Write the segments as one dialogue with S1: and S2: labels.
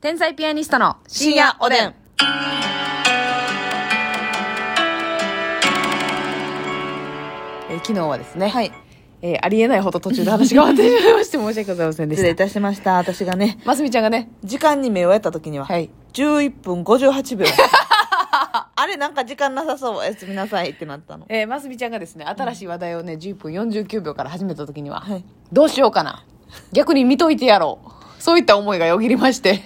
S1: 天才ピアニストの深夜おでん。えー昨日はですね、
S2: はい。
S1: えーありえないほど途中で話が終わってしまいまして申し訳ございませんで
S2: 失礼
S1: し
S2: い
S1: た。
S2: たしました。私がね、
S1: ますみちゃんがね、
S2: 時間に目をやった時には、
S1: はい
S2: 11分58秒。 あれ、なんか時間なさそう。おやすみなさいってなったの。
S1: えー、ますみちゃんがですね、新しい話題をね、10分49秒から始めた時には、
S2: はい
S1: どうしようかな。逆に見といてやろう。そういった思いがよぎりまして。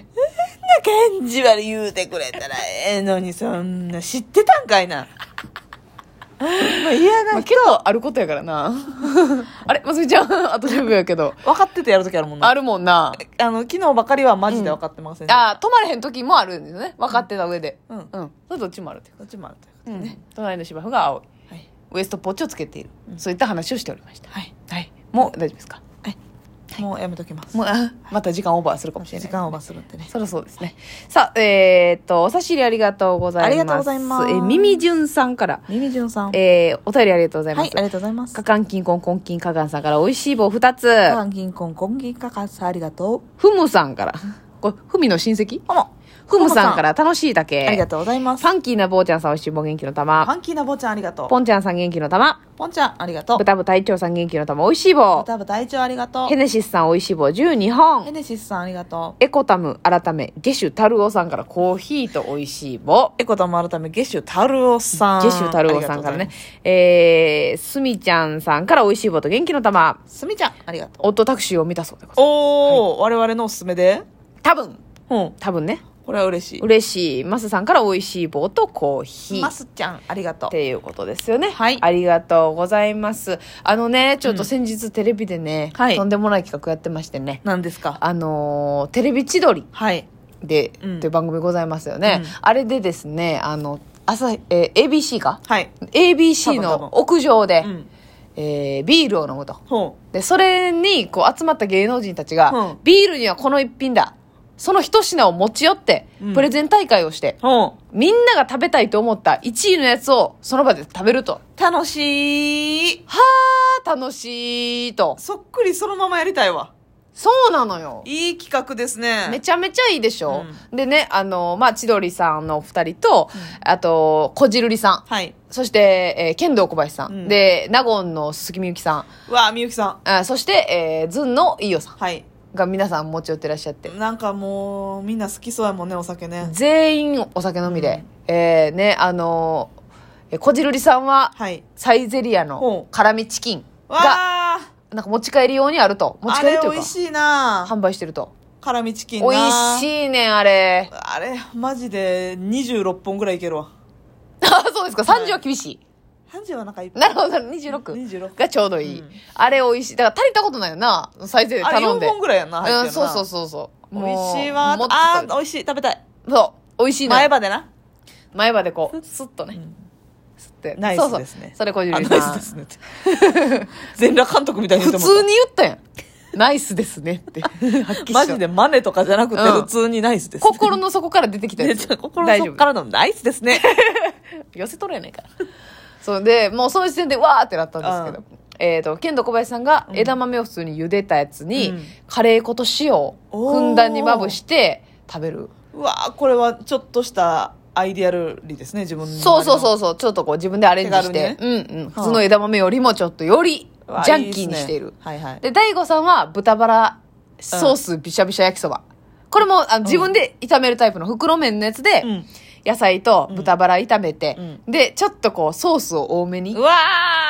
S2: 感じ悪い言うてくれたらええのに、そんな、知ってたんかいな。ほんま嫌
S1: ま
S2: な
S1: あ、結構あることやから な。あれ、ますみちゃん、あと10秒やけど。
S2: 分かっててやる時あるもんな。
S1: あるもんな。
S2: あの、昨日ばかりはマジで分かってません、
S1: ああ、止まれへん時もあるんですね。分かってた上で。
S2: うん
S1: うん。それどっちもあるっていう
S2: どっちもあるという
S1: ことね。隣の芝生が青い。
S2: はい。
S1: ウエストポッチをつけている。そういった話をしておりました。
S2: はい。
S1: はい。もう大丈夫ですか
S2: もうやめときます。
S1: もう、あまた時間オーバーするかもしれない。
S2: 時間オーバーするってね。
S1: そろそうですね。さあ、えーっと、お差し入れありがとうございます。
S2: ありがとうございます
S1: えー、ミミジュンさんから、
S2: ミミジュンさん。
S1: えー、お便りありがとうござい
S2: は
S1: ま
S2: い、あ
S1: す。
S2: りがとうございます。
S1: かかんきんこんこんきんかがんさんから、美味しい棒二つ。
S2: パン銀婚、コン銀かかさ、ありがと
S1: ふむさんから、これ、ふみの親戚
S2: う。どうも。
S1: ふむさんから、楽しいだけ。
S2: ありがとうございます。
S1: ファンキーな坊ちゃんさん、美味しい棒元気の
S2: フ
S1: 玉。
S2: ァンキーな坊ちゃんありがとう。
S1: ポンちゃんさん、元気の玉。
S2: ポンちゃんありがとう。
S1: 豚部隊長さん、元気の玉、美味しい棒。
S2: 豚部隊長ありがと
S1: ヘネシスさん、美味しい棒12
S2: う。ヘ
S1: 本。
S2: ネシスさんありがとう。
S1: エコタム、改め、ゲシュタルオさんから、コーヒーと美味しい棒。
S2: エコとも改め、ゲシュタルオさん。
S1: ジェシュ太郎さんからね。。えー、すみちゃんさんから美味しい棒と元気の玉。
S2: すみちゃん、ありがとう。
S1: オットタクシーを見たそうでございま
S2: おー、我々のおすすめで。
S1: す。多分、
S2: うん。
S1: 多分ね。
S2: これは嬉しい。
S1: 嬉しい。マスさんから美味しい棒とコーヒー。
S2: マ
S1: っ
S2: スちゃん、ありがとう。
S1: ていうことですよね。
S2: はい
S1: ありがとうございます。あのね、ちょっと先日テレビでね、
S2: はい
S1: とんでもない企画やってましてね。
S2: 何ですか
S1: あのーテレビ千鳥
S2: はい。
S1: で、
S2: うん
S1: という番組ございますよね。
S2: うん
S1: あれでですね、あの、朝、えー ABC か
S2: はい。
S1: ABC
S2: 多分多
S1: の
S2: 分
S1: 屋上で、
S2: うん。
S1: えービールを飲むと。
S2: ほ
S1: で、それに、こう、集まった芸能人たちが、
S2: うん
S1: ビールにはこの一品だ。その一品を持ち寄って、
S2: うん
S1: プレゼン大会をして
S2: う。、ほ
S1: みんなが食べたいと思った1位のやつを、その場で食べると。
S2: う。楽しい。
S1: はー、楽しいと。
S2: そっくりそのままやりたいわ。
S1: そうなのよ。
S2: いい企画ですね。
S1: めちゃめちゃいいでしょ、
S2: う
S1: でね、あの、まあ、千鳥さんのお二人と、あと、こじるりさん、
S2: はい。
S1: そして、えー剣道小林さん、
S2: うん
S1: で、納言の鈴木みゆきさん、
S2: うわあ、みゆきさん。
S1: あそして、えー、ずんの飯尾さん
S2: はい。
S1: が皆さん持ち寄ってらっしゃって。
S2: なんかもう、みんな好きそうやもんね、お酒ね。
S1: 全員お酒飲みで、えーねあのーえこじるりさんは
S2: はい。
S1: サイゼリアの
S2: ほ
S1: 辛味チキンが
S2: わあ
S1: なんか持ち帰り用にあると持ち
S2: あ
S1: 帰り
S2: れ
S1: とい
S2: 美
S1: うか
S2: 味しいな
S1: 販売してると
S2: 辛味チキン
S1: 美
S2: な
S1: 味しいねんあれ
S2: あれマジで26本ぐらいいけるわ
S1: あそうですか30は厳しい、
S2: 30はなんかいっぱい
S1: なるほど26
S2: 26
S1: がちょうどいい、
S2: うん
S1: あれ美味しいだから足りたことないよなサイゼリア
S2: あれ
S1: 頼ん
S2: 4
S1: で
S2: 本ぐらいやんな入って
S1: うんん
S2: な
S1: そうそうそうそう
S2: 美
S1: もう
S2: 味しいわ
S1: もっと
S2: あ
S1: 食べ
S2: ー
S1: たい
S2: 美味しい食べたい
S1: そう美味しいの
S2: 前
S1: よ
S2: 歯でな
S1: 前歯でこうスッとね、
S2: ん
S1: スッて
S2: ナイスです
S1: そうそ
S2: ね
S1: うそれこじる
S2: あ
S1: り
S2: ナイ
S1: さ
S2: ス
S1: ん
S2: ですねって全裸監督みたいに
S1: 普
S2: 言ってもらっ
S1: 通に言ったやん。ナイスですね って。発揮
S2: た
S1: した
S2: マジでマネとかじゃなくて
S1: うん
S2: 普通にナイスです ね
S1: 心の底から出てきたやつ。
S2: ね心の底からのナイスですね
S1: 寄せとるやないか。そうで、もうその時点でわーってなったんですけど。えっと、剣道小林さんが枝豆を普通に茹でたやつに、
S2: うん
S1: カレー粉と塩をふんだんにまぶして食べる。
S2: うわーこれはちょっとしたアイデアルリですね自分の
S1: そうそうそうそう、ちょっとこう自分でアレンジして、
S2: 手
S1: う
S2: 軽
S1: んうん。普通の枝豆よりもちょっとより
S2: うわ
S1: ジャンキーにしている。
S2: いいですねはいはい
S1: で、大悟さんは豚バラソースびしゃびしゃ焼きそば。これもあの自分で炒めるタイプの袋麺のやつで、
S2: うん
S1: 野菜と豚バラ炒めて、
S2: うん
S1: で、ちょっとこうソースを多めに、
S2: うわ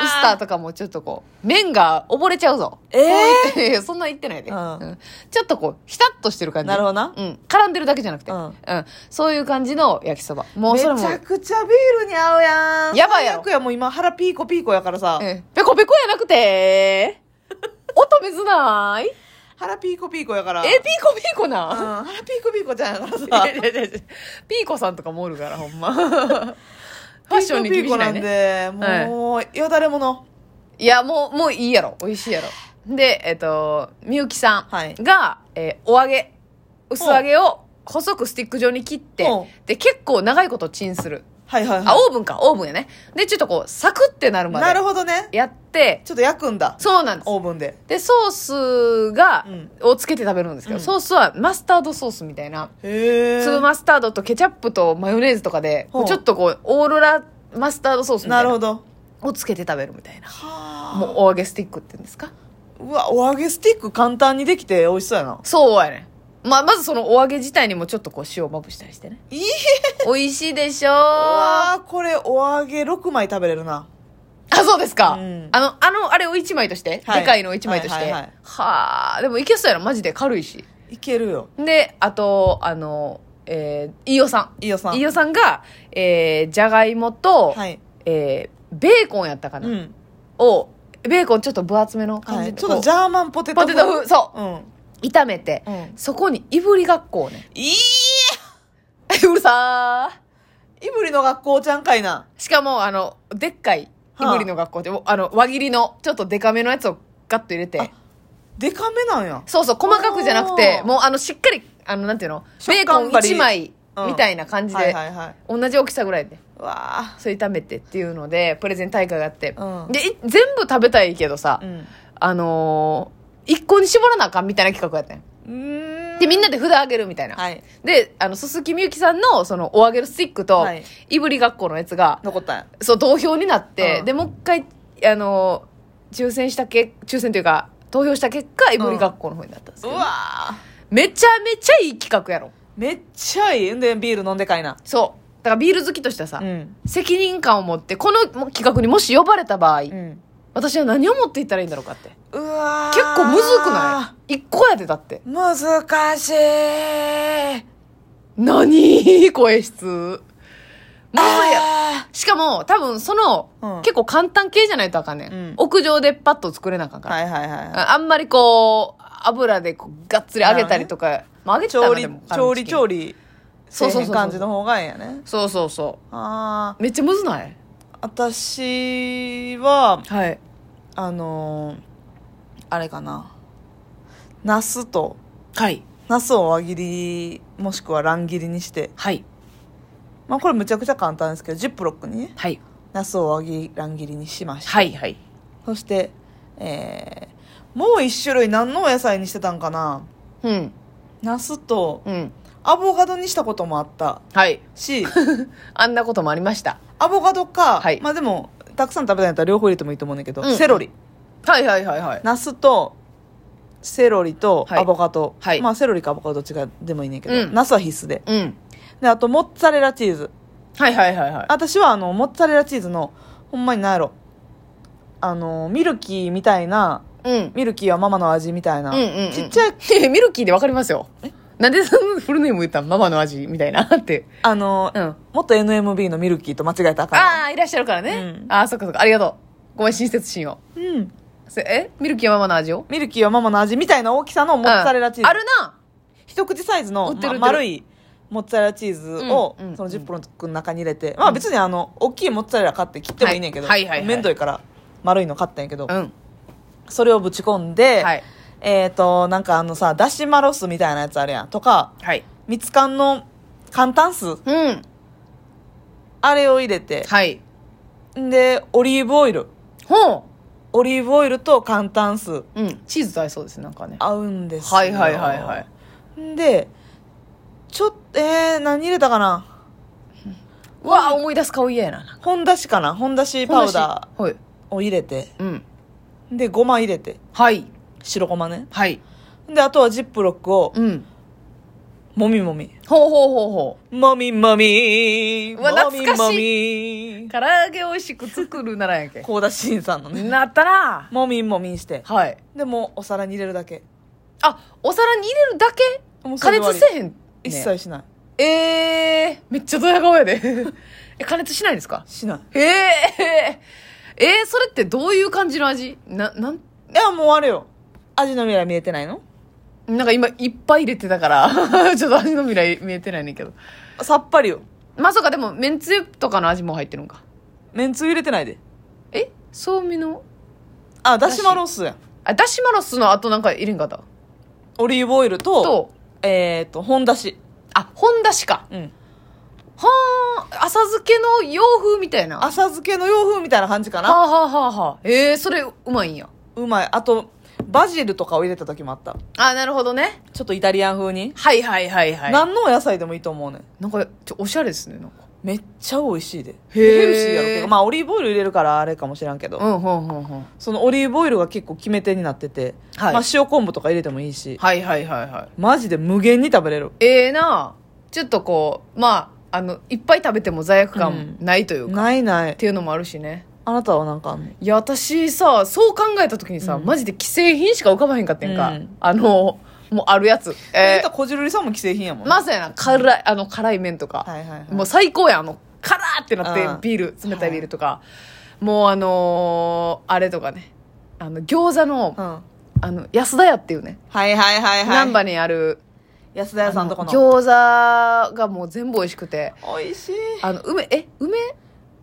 S1: ウ
S2: ー
S1: スターとかもちょっとこう、麺が溺れちゃうぞ。
S2: えー
S1: そう言ってい やそんな言ってないで、
S2: うん
S1: うんちょっとこう、ひたっとしてる感じ。
S2: なるほどな
S1: うん。絡んでるだけじゃなくて、う。
S2: うんん
S1: そういう感じの焼きそば。もうそれも。
S2: めちゃくちゃビールに合うやん
S1: やばいやろ
S2: 最悪やもう今腹ピーコピーコやからさ、
S1: ええペコペコやなく て音別ないえ、
S2: 腹ピーコピーコやから
S1: ピーコピーコ
S2: うん、
S1: な、
S2: 腹ピーコピーコじゃんやからさ
S1: いやいやいやいやピーコさんとかもおるから、ほん ま。ファッションに厳しない
S2: ピーコピーコなん
S1: ね。
S2: で
S1: はい
S2: もう、よだれもの
S1: いや、もう、もういいやろ。美味しいやろ。で、えっ、と、みゆきさ
S2: はい
S1: んが、えーお揚げ、薄揚げを細くスティック状に切って
S2: うん、
S1: で、結構長いことチンする。
S2: はいはい
S1: あ
S2: は
S1: オーブンかオーブンやねでちょっとこうサクってなる
S2: い
S1: ま
S2: なる
S1: で
S2: ほどね
S1: やって
S2: ちょっと焼くんだ
S1: そうなんです
S2: オーブンで
S1: でソースが、
S2: うん
S1: をつけて食べるんですけど、
S2: うん
S1: ソースはマスタードソースみたいな
S2: へえ
S1: 粒マスタードとケチャップとマヨネーズとかで
S2: ほう
S1: ちょっとこうオーロラマスタードソースみた
S2: ないるほ
S1: な
S2: ど
S1: をつけて食べるみたいなもう
S2: はあ
S1: お揚げスティックって言うんですか
S2: うわお揚げスティック簡単にできて美味しそうやな
S1: そうやねまあ、まずそのお揚げ自体にもちょっとこう塩をまぶしたりしてね
S2: いい
S1: 美味しいでしょう
S2: わ
S1: あ
S2: あこれお揚げ6枚食べれるな
S1: そうですか、
S2: うん
S1: あのあのあれを1枚として、
S2: はい
S1: でかいのを1枚としては
S2: はいはいはい
S1: あでもいけそうやなマジで軽いし
S2: いけるよ
S1: であとあのえー、飯尾さ
S2: 飯尾さ
S1: ん
S2: ん
S1: 飯尾さんがえーじゃがいもと、
S2: はい
S1: えーベーコンやったかな、
S2: うん
S1: をベーコンちょっと分厚めの感
S2: は
S1: じ
S2: い
S1: で
S2: ちょ
S1: こ
S2: っ
S1: う
S2: とジャーマンポテト
S1: ポテト風そう
S2: うん
S1: 炒めて、
S2: うん
S1: そこにいぶりがっこを ね
S2: いいう
S1: るさー
S2: いぶりの学校ちゃんかいな
S1: しかもあのでっかいいぶりの学校で、あ、の輪切りのちょっとデカめのやつをガッと入れて
S2: あでかめなんや
S1: そうそう細かくじゃなくて
S2: あー
S1: もうあのしっかりあのなんていうのベー
S2: 食
S1: コン
S2: 感バリ
S1: 1枚
S2: うん
S1: みたいな感じで、
S2: はいはいはい
S1: 同じ大きさぐらいで
S2: うわ
S1: それ炒めてっていうのでプレゼン大会があって、
S2: うん
S1: でい全部食べたいけどさ、
S2: あうん
S1: あのー一個に絞らなあかんみたいな企画やったんよ
S2: うーん
S1: でみんなで札あげるみたいな、
S2: はい
S1: であの鈴木みゆきさんのそのお揚げるスティックと、
S2: はい
S1: い、ぶり学校のやつが
S2: 残ったんや
S1: そう同票になって、
S2: うん
S1: でもう一回あの抽選したけ抽選というか投票した結果いぶり学校の方になったんです
S2: う
S1: けど、
S2: わ
S1: めちゃめちゃいい企画やろ
S2: めっちゃいいんでビール飲んでかいな
S1: そうだからビール好きとしてはさ、
S2: うん
S1: 責任感を持ってこの企画にもし呼ばれた場合、
S2: うん
S1: 私は何を持っていったらいいんだろうかって
S2: うわー
S1: 結構むずくない一個やでだって
S2: 難しい
S1: 何声質もうそれや
S2: あ
S1: しかも多分その、
S2: うん
S1: 結構簡単系じゃないとあかんねん、
S2: うん
S1: 屋上でパッと作れなあかん
S2: ー
S1: から、
S2: はいはいはいはい
S1: ああんまりこう油でこうがっつり揚げたりとか、まあ、揚げてた
S2: 調
S1: ら
S2: 理
S1: でも
S2: 調理調
S1: 理
S2: 理
S1: そ
S2: そうう
S1: そうそうそう
S2: そう感じの方がええんやね
S1: そうそうそ
S2: あ
S1: うめっちゃむずない
S2: あ私は
S1: はい
S2: あのーあれかなナスと
S1: はい
S2: ナスを輪切りもしくは乱切りにして
S1: はい
S2: まあこれむちゃくちゃ簡単ですけどジップロックにね
S1: はい
S2: ナスを輪切り乱切りにしました
S1: はいはい
S2: そしてえー、もう一種類何のお野菜にしてたんかな
S1: うん
S2: ナスと
S1: うん
S2: アボカドにしたこともあった
S1: はい
S2: し
S1: あんなこともありました
S2: アボカドか、
S1: はい
S2: まあでもたくさん食べたいんやったら両方入れてもいいと思うんだけど、
S1: うん
S2: セロリ
S1: はいはいはいはい
S2: ナスとセロリと
S1: はい
S2: アボカド、
S1: はい
S2: まあセロリかアボカドどっちかでもいいねんけど、
S1: うん
S2: ナスは必須で
S1: うん
S2: であとモッツァレラチーズ
S1: はいはいはいはい
S2: 私はあのモッツァレラチーズのほんまに何やろあのミルキーみたいな
S1: うん
S2: ミルキーはママの味みたいな、
S1: うんうんうん
S2: ちっちゃい
S1: ミルキーでわかりますよなんでそのフルネーム言ったんママの味みたいなって
S2: あの、
S1: うん
S2: もっと NMB のミルキーと間違えたらあかん
S1: ああいらっしゃるからね、
S2: うん
S1: ああそっかそっかありがとうごめん親切心を
S2: よ、うん、
S1: せえミルキーはママの味を
S2: ミルキーはママの味みたいな大きさのモッツァレラチーズ、
S1: あるな
S2: 一口サイズ
S1: 売
S2: の
S1: ってる売っ
S2: ま
S1: てる
S2: 丸いモッツァレラチーズを
S1: うんうん
S2: そのジッ
S1: うん
S2: プロックの中に入れて、まあ別にあの大きいモッツァレラ買って切ってもいいねんけど、
S1: はいはいはいはい
S2: 面倒いから丸いの買ったんやけど、
S1: うん
S2: それをぶち込んで、
S1: はい
S2: えっ、となんかあのさだしマロスみたいなやつあるやんとか
S1: はい
S2: みつかんの簡単酢
S1: うん
S2: あれを入れて
S1: はい
S2: でオリーブオイル
S1: ほ
S2: オリーブオイルと簡単酢
S1: ううんチーズと合いそうですねなんかね
S2: 合うんですよ
S1: はいはいはいはい
S2: でちょっとえー、何入れたかな
S1: うわあ思い出す顔嫌やな
S2: 本だしかな本だしパウダ
S1: ーはい
S2: ーを入れて
S1: うん
S2: でごま入れて
S1: はい
S2: 白ごまね
S1: はい
S2: であとはジップロックを
S1: うん
S2: もみもみ
S1: ほうほうほうほ
S2: もみもみ
S1: うわ
S2: もみ
S1: 懐か
S2: も
S1: し
S2: み
S1: う唐揚げ美味しく作るならやけ
S2: 高田新さんのね
S1: なったな
S2: もみもみして
S1: はい
S2: でもうお皿に入れるだけ
S1: あお皿に入れるだけ
S2: もうそ
S1: 加
S2: れで終わ
S1: 熱
S2: り
S1: せえへん、ね、
S2: 一切しない
S1: ええー、めっちゃドヤ顔やで え加熱しないんですか
S2: しない
S1: ええええそれってどういう感じの味ななん
S2: いやもうあれよ味の未来見えてないの
S1: なんか今いっぱい入れてたから ちょっと味の未来見えてないねんけど
S2: さっぱりよ
S1: まさかでもめんつゆとかの味も入ってるんか
S2: めんつゆ入れてないで
S1: えそうみの
S2: あだしマロスやん
S1: あだしマロスの後なんか入れんかった
S2: オリーブオイルと
S1: と
S2: えっ、と本だし
S1: あ本だしか
S2: うん
S1: はあ浅漬けの洋風みたいなは
S2: 浅漬けの洋風みたいな感じか
S1: あ
S2: な
S1: はあはあはあえー、それうまいんや
S2: うまいあとバジルとかを入れた時もあった
S1: あなるほどね
S2: ちょっとイタリアン風に、
S1: はいはいはいはい
S2: 何のお野菜でもいいと思うねん
S1: なんかちょおしゃれですねなんか
S2: めっちゃ美味しいで
S1: ー
S2: ヘルシーやろうけどまあオリーブオイル入れるからあれかもしらんけど、
S1: うんうんうんうん
S2: そのオリーブオイルが結構決め手になってて、
S1: はい
S2: まあ、塩昆布とか入れてもいいし、
S1: はいはいはいはい
S2: マジで無限に食べれる
S1: ええなちょっとこうまああのいっぱい食べても罪悪感ないというか、っ
S2: ないない
S1: ていうのもあるしね
S2: あなたはなんかあんの
S1: いや私さそう考えた時にさ、マジで既製品しか浮かばへんかってんか、
S2: うん
S1: あのもうあるやつえ
S2: え小じるりさんも既製品やも
S1: ー
S2: んね
S1: まさやな辛いあの辛い麺とか、
S2: はいはいはい
S1: もう最高やんあのカラーってなって、
S2: うん
S1: ビール冷たいビールとか、もうあのーあれとかねあの餃子の,、
S2: うん、はい
S1: あの安田屋っていうね
S2: はいはいはい
S1: 難波にある
S2: 安田屋さんとこ
S1: あ
S2: の
S1: 餃子がもう全部美味しくて
S2: 美味しい
S1: あの梅え梅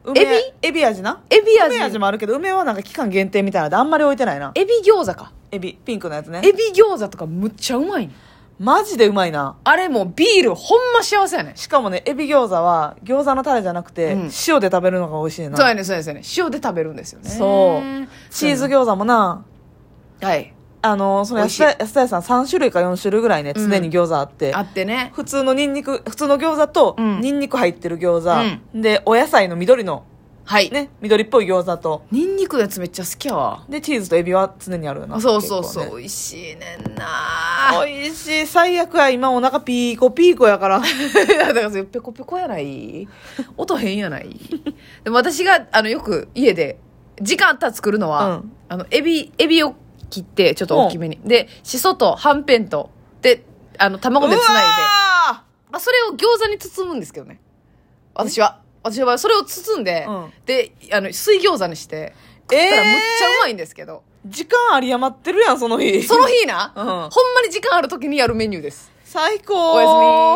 S2: 梅
S1: エ
S2: エビ味な
S1: エビ味
S2: 梅味もあるけど梅はなんか期間限定みたいなんであんまり置いてないな
S1: エビ餃子か
S2: エビピンクのやつね
S1: エビ餃子とかむっちゃうまいね
S2: マジでうまいな
S1: あれもうビールほんま幸せやね
S2: しかもねエビ餃子は餃子のタレじゃなくて、
S1: うん
S2: 塩で食べるのが美味しいな
S1: そうやねそうやねそうやね塩で食べるんですよね
S2: そうチーズ
S1: 餃
S2: 餃子もな
S1: 子はい
S2: あのその安
S1: 美
S2: 田安田屋さん3種類か4種類ぐらいね
S1: うん
S2: 常に餃子あって、
S1: あってね
S2: 普通のニンニク普通の餃子と、
S1: うん
S2: ニンニク入ってる餃子、でお野菜の緑の
S1: はい
S2: ね緑っぽい餃子と
S1: ニンニクのやつめっちゃ好きやわ
S2: でチーズとエビは常にあるよな
S1: あそうそう
S2: 結
S1: そ
S2: 構
S1: う、
S2: ね
S1: 美味しいねんな
S2: 美味しい最悪や今お腹ピーコピーコやか ら
S1: だからそれペコペコやない音変やないでも私があのよく家で時間あったら作るのは、
S2: うん
S1: あのエビエビを切ってちょっと大きめにでしそとはんぺんとであの卵でつないで
S2: わ
S1: まあ、それを餃子に包むんですけどね。私は。私の場合はそれを包んで、
S2: うん
S1: で、あの、水餃子にして、
S2: ーえ
S1: だからむっちゃ
S2: ー
S1: うまいんですけど、
S2: 時間あり余ってるやんその日
S1: その日な、
S2: うん
S1: ほんまに時間ある時にやるメニューです。
S2: 最
S1: おやすみ
S2: 高